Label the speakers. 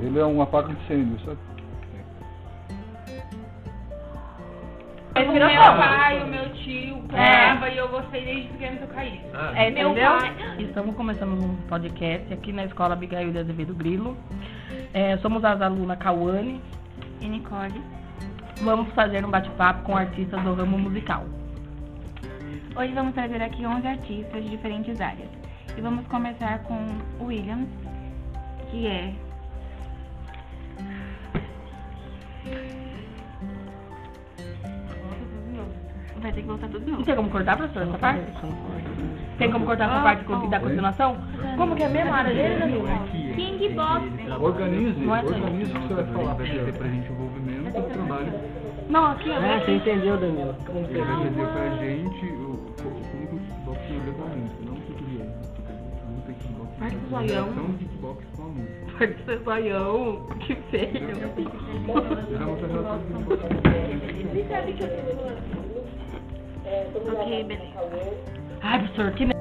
Speaker 1: Ele é uma faca de incêndio, sabe?
Speaker 2: Mas
Speaker 3: O
Speaker 2: virou
Speaker 3: É meu
Speaker 2: fogo.
Speaker 3: pai, o meu tio,
Speaker 4: É.
Speaker 3: pulava e eu gostei desde pequeno que eu caí.
Speaker 5: Ah,
Speaker 2: É,
Speaker 3: Meu
Speaker 2: entendeu?
Speaker 3: pai.
Speaker 4: Estamos começando um podcast aqui na Escola Abigail de Azevedo Grilo. É, somos as alunas Cauane.
Speaker 3: E Nicole.
Speaker 4: Vamos fazer um bate-papo com artistas do ramo musical.
Speaker 6: Hoje vamos trazer aqui 11 artistas de diferentes áreas. E vamos começar com o Williams, que é. Vai ter que voltar tudo de
Speaker 4: Não
Speaker 6: novo.
Speaker 4: tem como cortar, professora, essa parte? Tem como cortar essa parte co- da continuação? Como que é mesmo a área dele, Danilo?
Speaker 3: King Boxing.
Speaker 5: Tá
Speaker 1: Organize,
Speaker 4: Não é assim.
Speaker 1: organize o que você vai falar.
Speaker 5: Vai ter pra gente envolvimento do trabalho.
Speaker 4: Não, aqui ó.
Speaker 7: Ah, você entendeu, Danilo? Como que
Speaker 5: Ele
Speaker 7: é?
Speaker 5: vai vender pra gente o o- como que o kickbox tem a ver com a música, não o tutorial. né? Luta kickbox.
Speaker 4: Vai pro
Speaker 5: a
Speaker 4: zoião.
Speaker 5: relação de kickbox com a música.
Speaker 4: Pode ser zoião. Que feio.
Speaker 5: Era outra relação de kickbox.
Speaker 6: Ok, beleza.
Speaker 4: Ai, professor, que